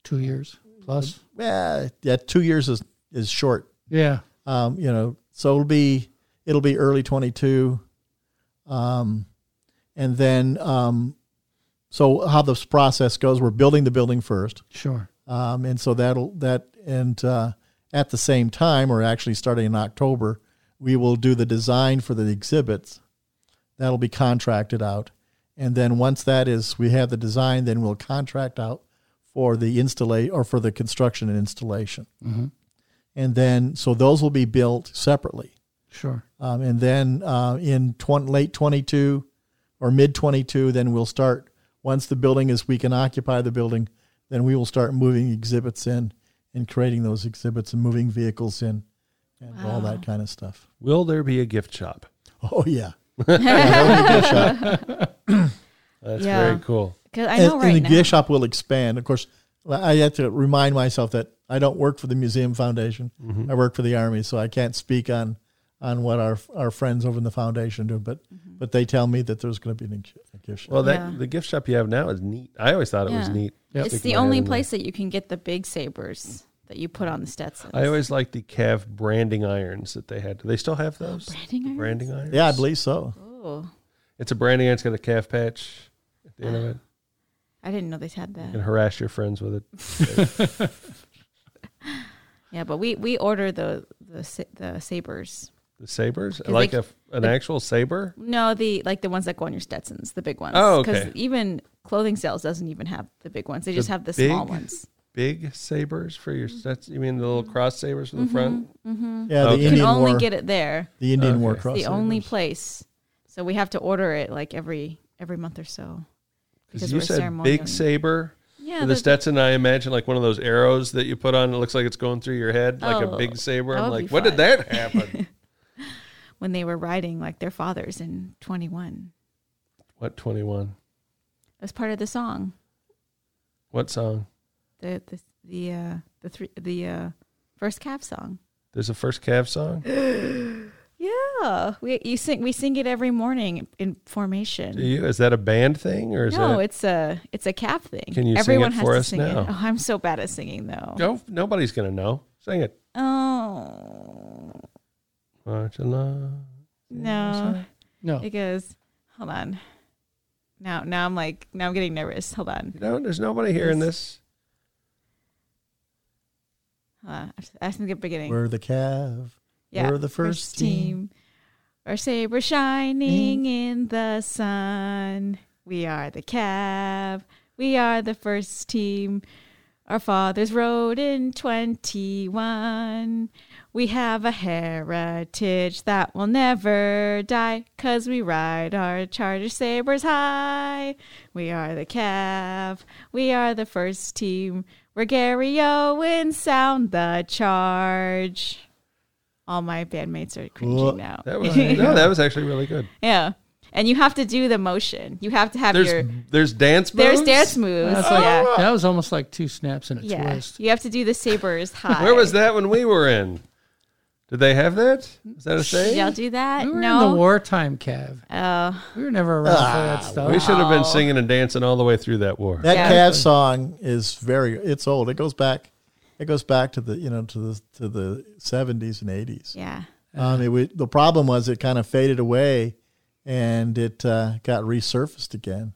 Two years plus. Yeah, yeah, two years is is short. Yeah. Um, you know, so it'll be it'll be early twenty two, um, and then um, so how this process goes, we're building the building first. Sure. Um, and so that'll that and uh, at the same time, or actually starting in October, we will do the design for the exhibits. That'll be contracted out, and then once that is, we have the design. Then we'll contract out for the installation or for the construction and installation. And then so those will be built separately. Sure. Um, and then uh, in 20, late 22 or mid 22, then we'll start, once the building is, we can occupy the building, then we will start moving exhibits in and creating those exhibits and moving vehicles in and all that kind of stuff. Will there be a gift shop? Oh, yeah. That's Yeah. very cool. 'Cause I and, know right and the now. gift shop will expand. Of course, I have to remind myself that I don't work for the Museum Foundation. I work for the Army, so I can't speak on on what our our friends over in the foundation do. But Mm-hmm. but they tell me that there's going to be an ex- a gift shop. Well, that Yeah. the gift shop you have now is neat. I always thought it was Yeah. neat. Yep. It's Stick the my hand only in there. place that you can get the big sabers that you put on the Stetsons. I always liked the calf branding irons that they had. Do they still have those? Oh, branding irons? Branding irons? yeah, I believe so. Oh, It's a branding iron. It's got a calf patch at the end of it. Ah. I didn't know they had You can that. harass your friends with it. Yeah, but we we order the the sa- the sabers. The sabers? Because Like they- a, an actual saber? No, the like the ones that go on your Stetsons, the big ones. Oh, okay. even clothing sales doesn't even have the big ones. They just have the small big- ones. big sabers for your Mm-hmm. sets? You mean the little cross sabers in the front? Yeah, Okay. the You can Indian only War. get it there. the Indian War Okay. cross. the only place. So we have to order it like every every month or so. because you we're said ceremonial. big saber. Yeah, For the those- Stetson, I imagine like one of those arrows that you put on. It looks like it's going through your head, like a Oh, big saber. that I'm would like, be when did fun. that happen? when they were riding like their fathers in 21. what twenty one? It was part of the song. What song? The the the uh, the three the uh, first calf song. There's a first calf song. Yeah, we you sing we sing it every morning in formation. Do you? Is that a band thing or is no, that? it's a it's a calf thing. Can you sing Everyone it has for to us sing now? it. Oh, I'm so bad at singing though. No, nobody's gonna know. Sing it. Oh March along. no, No. It goes. Hold on. Now now I'm like now I'm getting nervous. Hold on. You know, there's nobody hearing this. Hold on. I think the beginning. We're the calf. We're the first, team. Mm. Our saber shining in the sun. We are the cab. We are the first team. Our fathers rode in 21. We have a heritage that will never die because we ride our charger sabers high. We are the calf. We are the first team. We're Gary Owen. Sound the charge. All my bandmates are cringing Whoa. now. That was no, that was actually really good. yeah. And you have to do the motion. You have to have There's your there's dance moves. there's dance moves. That's like- yeah. That was almost like two snaps and a Yeah. twist. You have to do the sabers high. Where was that when we were in? Did they have that? Is that a thing? Y'all do that? We were in the no. wartime cav. oh. We were never around for that stuff. We should have been Oh. singing and dancing all the way through that war. That Yeah. calf song is very it's old. It goes back it goes back to the you know to the to the seventies and eighties. Yeah. Um, it wa- the problem was it kind of faded away, and it uh, got resurfaced again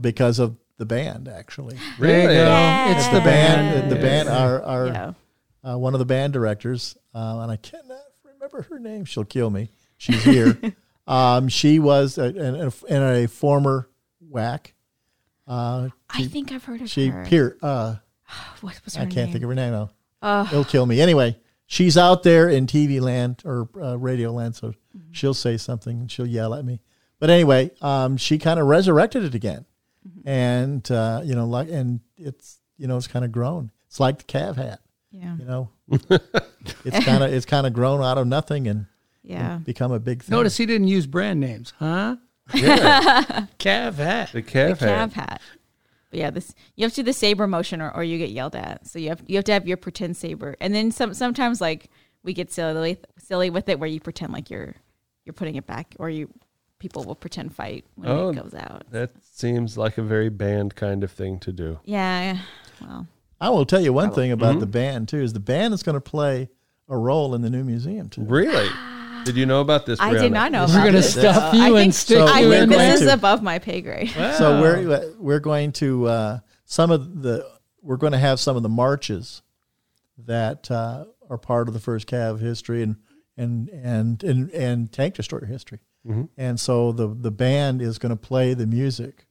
because of the band. Actually, There you Really? go. Yeah. It's the the band, band. the band, our our Yeah. uh, one of the band directors, uh, and I cannot remember her name. She'll kill me. She's here. um, she was a, in, a, in a former whack. Uh, I think I've heard of she her. peer. Uh, what was her I can't name? think of her name now. Ugh. It'll kill me. Anyway, she's out there in TV land or uh, radio land, so Mm-hmm. she'll say something and she'll yell at me. But anyway, um, she kind of resurrected it again, Mm-hmm. and uh, you know, like, and it's you know, it's kind of grown. It's like the calf hat, Yeah. you know. it's kind of it's kind of grown out of nothing and, and Yeah. become a big thing. Notice he didn't use brand names, huh? Yeah, Cav hat. the calf the cab hat. hat. But yeah, this you have to do the saber motion or, or you get yelled at. So you have you have to have your pretend saber, and then some sometimes like we get silly silly with it where you pretend like you're you're putting it back, or you people will pretend fight when Oh. it goes out. That seems like a very band kind of thing to do. Yeah, well, I will tell you one thing about the band too is the band is going to play a role in the new museum too. Really? Did you know about this? I did Brianna? not know. We're about gonna this. stuff I you think, and stick So I you we're think in. going this is to- above my pay grade. So we're uh, we're going to uh, some of the we're going to have some of the marches that uh, are part of the first Cav history and and and and, and tank destroyer history. And so the the band is going to play the music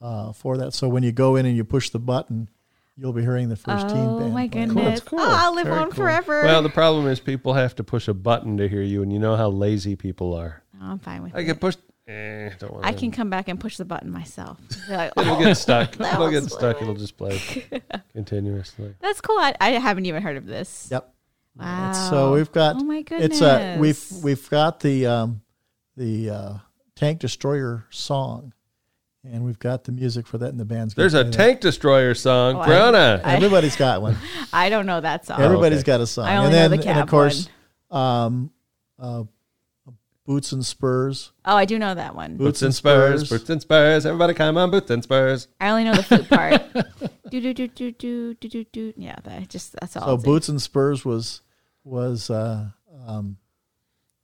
uh, for that. So when you go in and you push the button, you'll be hearing the first team Oh band. my playing. goodness! cool. Oh, I'll live Very on cool. forever. Well, the problem is people have to push a button to hear you, and you know how lazy people are. No, I'm fine with I it. can push. Eh, don't want I can come back and push the button myself. Be like, It'll "Oh, get stuck. That It'll get was stuck. weird. It'll just play continuously. that's cool. I, I haven't even heard of this. Yep. Wow. And so we've got Oh my It's a we've goodness. we've got the um, the uh, tank destroyer song, and we've got the music for that, and the band's. gonna There's a play that. tank destroyer song, Oh, I- Brianna. I- Everybody's got one. I don't know that song. Every- Everybody's Oh, okay. got a song. I only and then, know the and cab of course, um, uh, boots and spurs. Oh, I do know that one. Boots and spurs, boots and spurs. Everybody come on, boots and spurs. I only know the flute part. do do do do do do do do. Yeah, that just that's all. So Oh, it's- boots and spurs was was uh, um,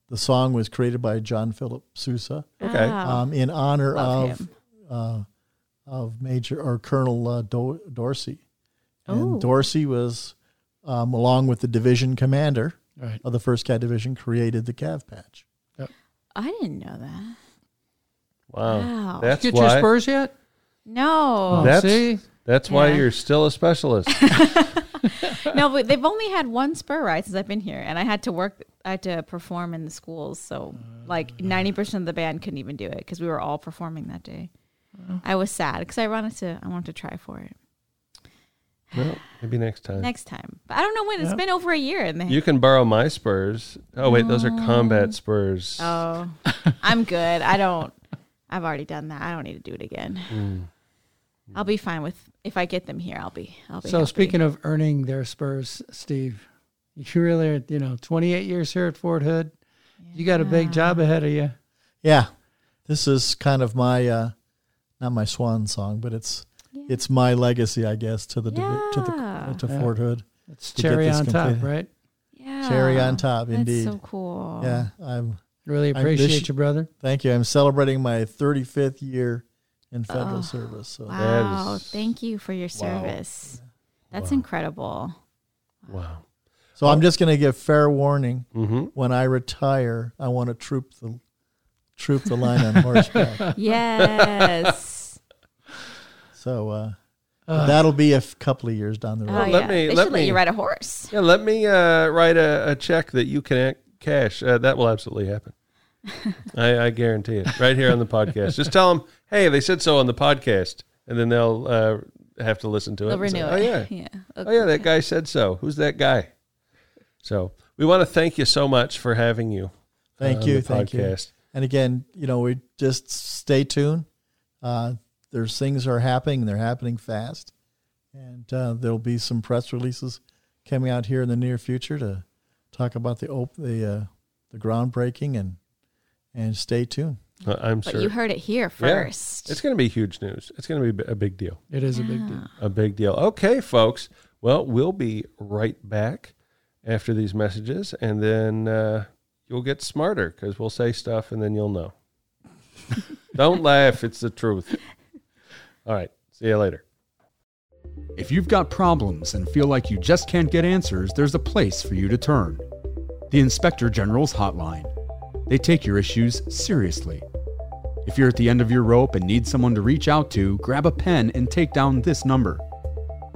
the song was created by John Philip Sousa Okay. Ah, um, in honor love of him. uh, of Major or Colonel uh, Do- Dorsey. Ooh. And Dorsey was, um, along with the division commander Right. of the 1st CAD division, created the Cav Patch. I didn't know that. Wow. Wow. That's Get your why. spurs yet? Oh, No, Oh. That's- See? That's why Yeah. you're still a specialist. no, but they've only had one spur ride since I've been here, and I had to work. I had to perform Uh. in the schools, so like ninety percent of the band couldn't even do it because we were all performing that day. I was sad because I wanted to. I wanted to try for it Well, maybe next time. next time, but I don't know when. It's Yeah. been over a year, and they. You can borrow my spurs. Oh wait, those are combat spurs. oh, I'm good. I don't. I've already done that. I don't need to do it again. Mm. I'll be fine with if I get them here. I'll be. I'll be. So happy. speaking of earning their spurs, Steve, you really are, you know, 28 years here at Fort Hood. You got a big job ahead of you. Yeah, this is kind of my uh, not my swan song, but it's it's my legacy, I guess, to the divi- to the Yeah. to Yeah. Fort Hood. It's to get cherry this on top, completed. right? Yeah. Cherry on top, That's indeed. so cool. Yeah, I'm Really I'm- this appreciate y- you, brother. Thank you. I'm celebrating my 35th year in federal Oh, service. So Wow. Thank you for your service. That's Wow. incredible. Wow. So I'm just going to give fair warning. Mhm. When I retire, I want to troop the troop the line on horseback. Yes. So uh, Ugh. that'll be a f- couple of years down the road. Oh, yeah. They should let you ride a horse. Yeah, let me uh, write a, a check that you can ac- cash. Uh, that will absolutely happen. I, I guarantee it. Right here on the podcast. Just tell them, hey, they said so on the podcast, and then they'll uh, have to listen to it. They'll and say, renew Oh it." yeah, Yeah. Oh yeah, that guy said so. Who's that guy? So we want to thank you so much for having you. Thank on you, Uh, the thank you. podcast. And again, you know, we just stay tuned. Uh, there's things are happening, and they're happening fast. And uh, there'll be some press releases coming out here in the near future to talk about the op- the uh, the groundbreaking and and stay tuned. Uh, I'm But sure you heard it here Yeah. first. It's going to be huge news. It's going to be b- a big deal. It is a big deal. A big deal. Okay, folks. Well, we'll be right back after these messages, and then uh, you'll get smarter because we'll say stuff, and then you'll know. Don't laugh. It's the truth. All right. See you later. If you've got problems and feel like you just can't get answers, there's a place for you to turn the Inspector General's Hotline. They take your issues seriously. If you're at the end of your rope and need someone to reach out to, grab a pen and take down this number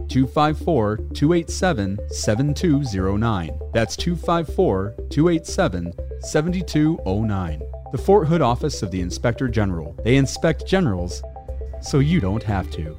254 287 7209. That's 254 287 7209. The Fort Hood office of the Inspector General. They inspect generals so you don't have to.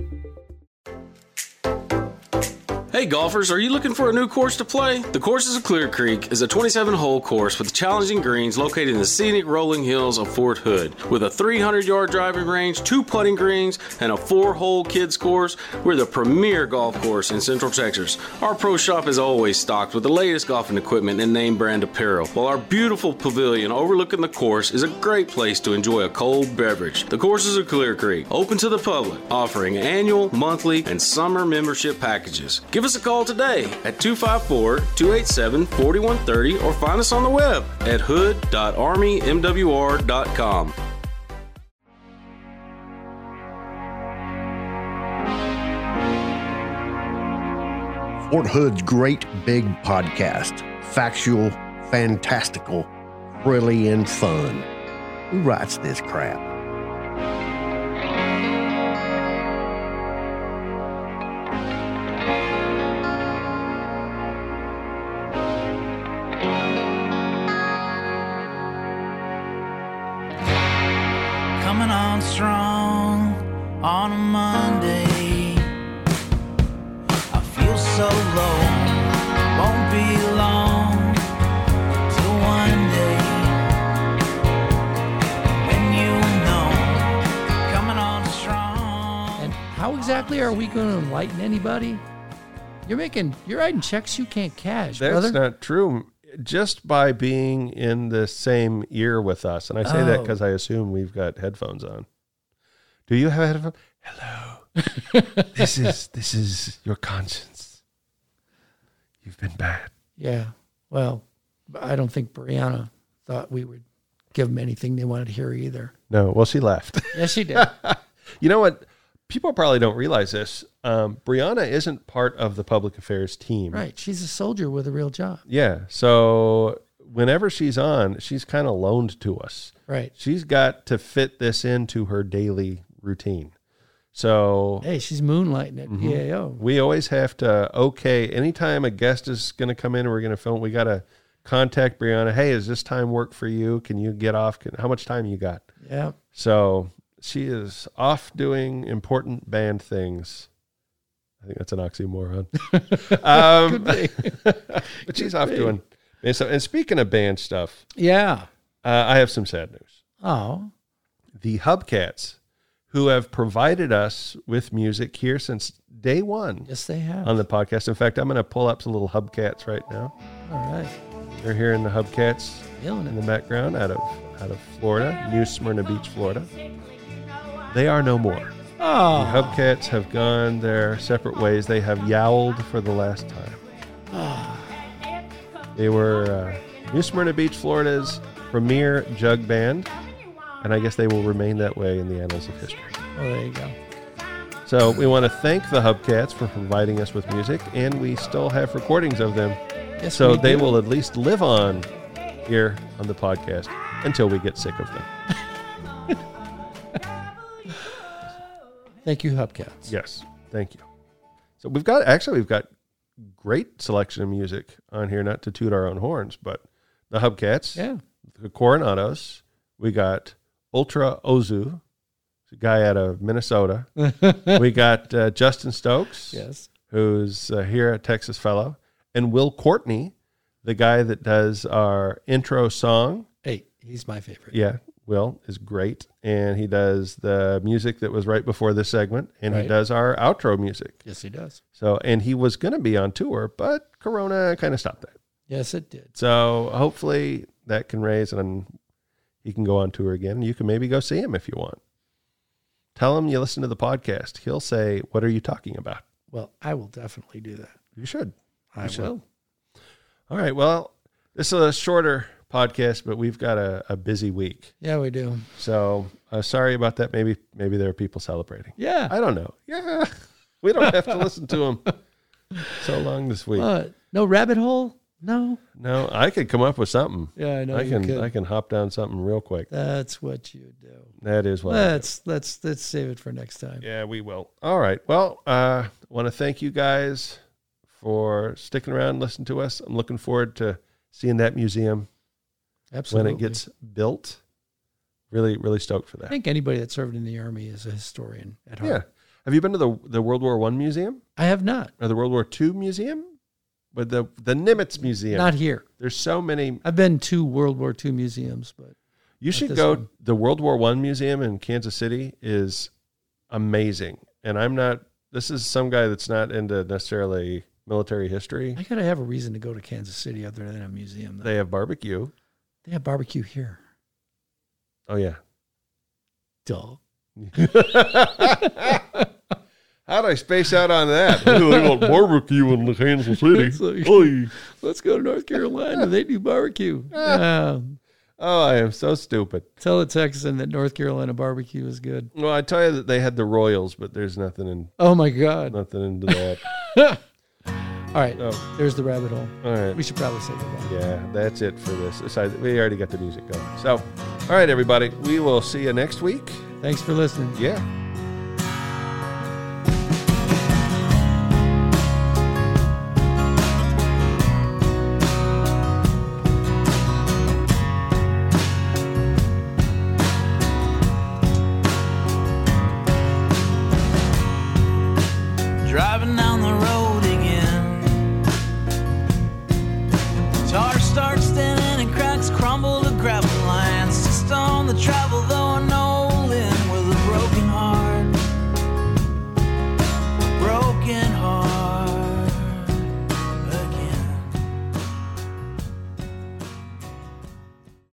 Hey golfers, are you looking for a new course to play? The Courses of Clear Creek is a 27 hole course with challenging greens located in the scenic rolling hills of Fort Hood. With a 300 yard driving range, two putting greens, and a four hole kids course, we're the premier golf course in Central Texas. Our pro shop is always stocked with the latest golfing equipment and name brand apparel, while our beautiful pavilion overlooking the course is a great place to enjoy a cold beverage. The Courses of Clear Creek, open to the public, offering annual, monthly, and summer membership packages. Give us a call today at 254 287 4130 or find us on the web at hood.armymwr.com. Fort Hood's great big podcast. Factual, fantastical, thrilly, and fun. Who writes this crap? coming on strong on a Monday. I feel so low, won't be long till one day when you know coming on strong. And how exactly are we going to enlighten anybody? You're making, you're writing checks you can't cash, That's brother. not true. Just by being in the same ear with us, and I say that Oh. because I assume we've got headphones on. Do you have headphones? Hello. this is this is your conscience. You've been bad. yeah. Well, but I don't think Brianna thought we would give them anything they wanted to hear either. No, well, she left. Yes, she did. you know what? People probably don't realize this. Um, Brianna isn't part of the public affairs team. right. She's a soldier with a real job. Yeah. So whenever she's on, she's kind of loaned to us. Right. She's got to fit this into her daily routine. So Hey, she's moonlighting Mm-hmm. at Mhm. PAO. we always have to okay anytime a guest is going to come in and we're going to film. We got to contact Brianna. Hey, is this time work for you? Can you get off? Can, how much time you got? Yeah. So She is off doing important band things. I think that's an oxymoron. um, but she's Could off be. doing. And so, and speaking of band stuff, Yeah. uh, I have some sad news. Oh. The Hubcats, who have provided us with music here since day one. Yes, they have. on the podcast. In fact, I'm going to pull up some little Hubcats right now. All right. They're here in the Hubcats Feeling in the background out of out of Florida, New Smyrna Beach, Florida. They are no more. Oh. The Hubcats have gone their separate ways. They have yowled for the last time. They were uh, New Smyrna Beach, Florida's premier jug band, and I guess they will remain that way in the annals of history. Oh, there you go. So we want to thank the Hubcats for providing us with music, and we still have recordings of them. Yes, so we they do. will at least live on here on the podcast until we get sick of them. Thank you, Hubcats. Yes, thank you. So we've got actually we've got great selection of music on here. Not to toot our own horns, but the Hubcats, Yeah. the Coronados. We got Ultra Ozu, a guy out of Minnesota. we got uh, Justin Stokes, Yes. who's uh, here a Texas fellow, and Will Courtney, the guy that does our intro song. Hey, he's my favorite. Yeah, Will is great, and he does the music that was right before this segment, and he Right. does our outro music. Yes, he does. So, and he was going to be on tour, but Corona kind of stopped that. Yes, it did. So, hopefully, that can raise, and he can go on tour again. You can maybe go see him if you want. Tell him you listen to the podcast. He'll say, "What are you talking about?" Well, I will definitely do that. You should. I You should. will. All right. Well, this is a shorter podcast, but we've got a, a busy week. Yeah, we do. So uh, sorry about that. Maybe maybe there are people celebrating. Yeah. I don't know. Yeah, we don't have to listen to them so long this week. Uh, no rabbit hole? No. no, I could come up with something. Yeah, I know I you can could. I can hop down something real quick. That's what you do. That is what. I do. let's let's let's save it for next time. Yeah, we will. All right. Well, uh, want to thank you guys for sticking around, listening to us. I'm looking forward to seeing that museum Absolutely. when it gets built. Really, really stoked for I that. think anybody that served in the army is a historian at heart. Yeah. Have you been to the the World War One museum? I have not. Or the World War Two museum? But the the Nimitz Museum. Not here. There's so many. I've been to World War II museums, but You not should this go. one. The World War One museum in Kansas City is amazing, and I'm not. This is some guy that's not into necessarily military history. I gotta have a reason to go to Kansas City other than a museum. Though. They have barbecue. They have barbecue here. Oh yeah. Duh. How do I space out on that? they got barbecue in Kansas City. It's like- Oy. Let's go to North Carolina. they do barbecue. Um, Oh, I am so stupid. tell a Texan that North Carolina barbecue is good. Well, I tell you that they had the Royals, but there's nothing in Oh my God. nothing into that. All right. Oh. There's the rabbit hole. All right. We should probably say goodbye. Yeah, that's it for this. Besides, we already got the music going. So, all right, everybody, we will see you next week. Thanks for listening. Yeah. driving down the road again. Tar starts thinning and cracks crumble to gravel lines. Just on the travel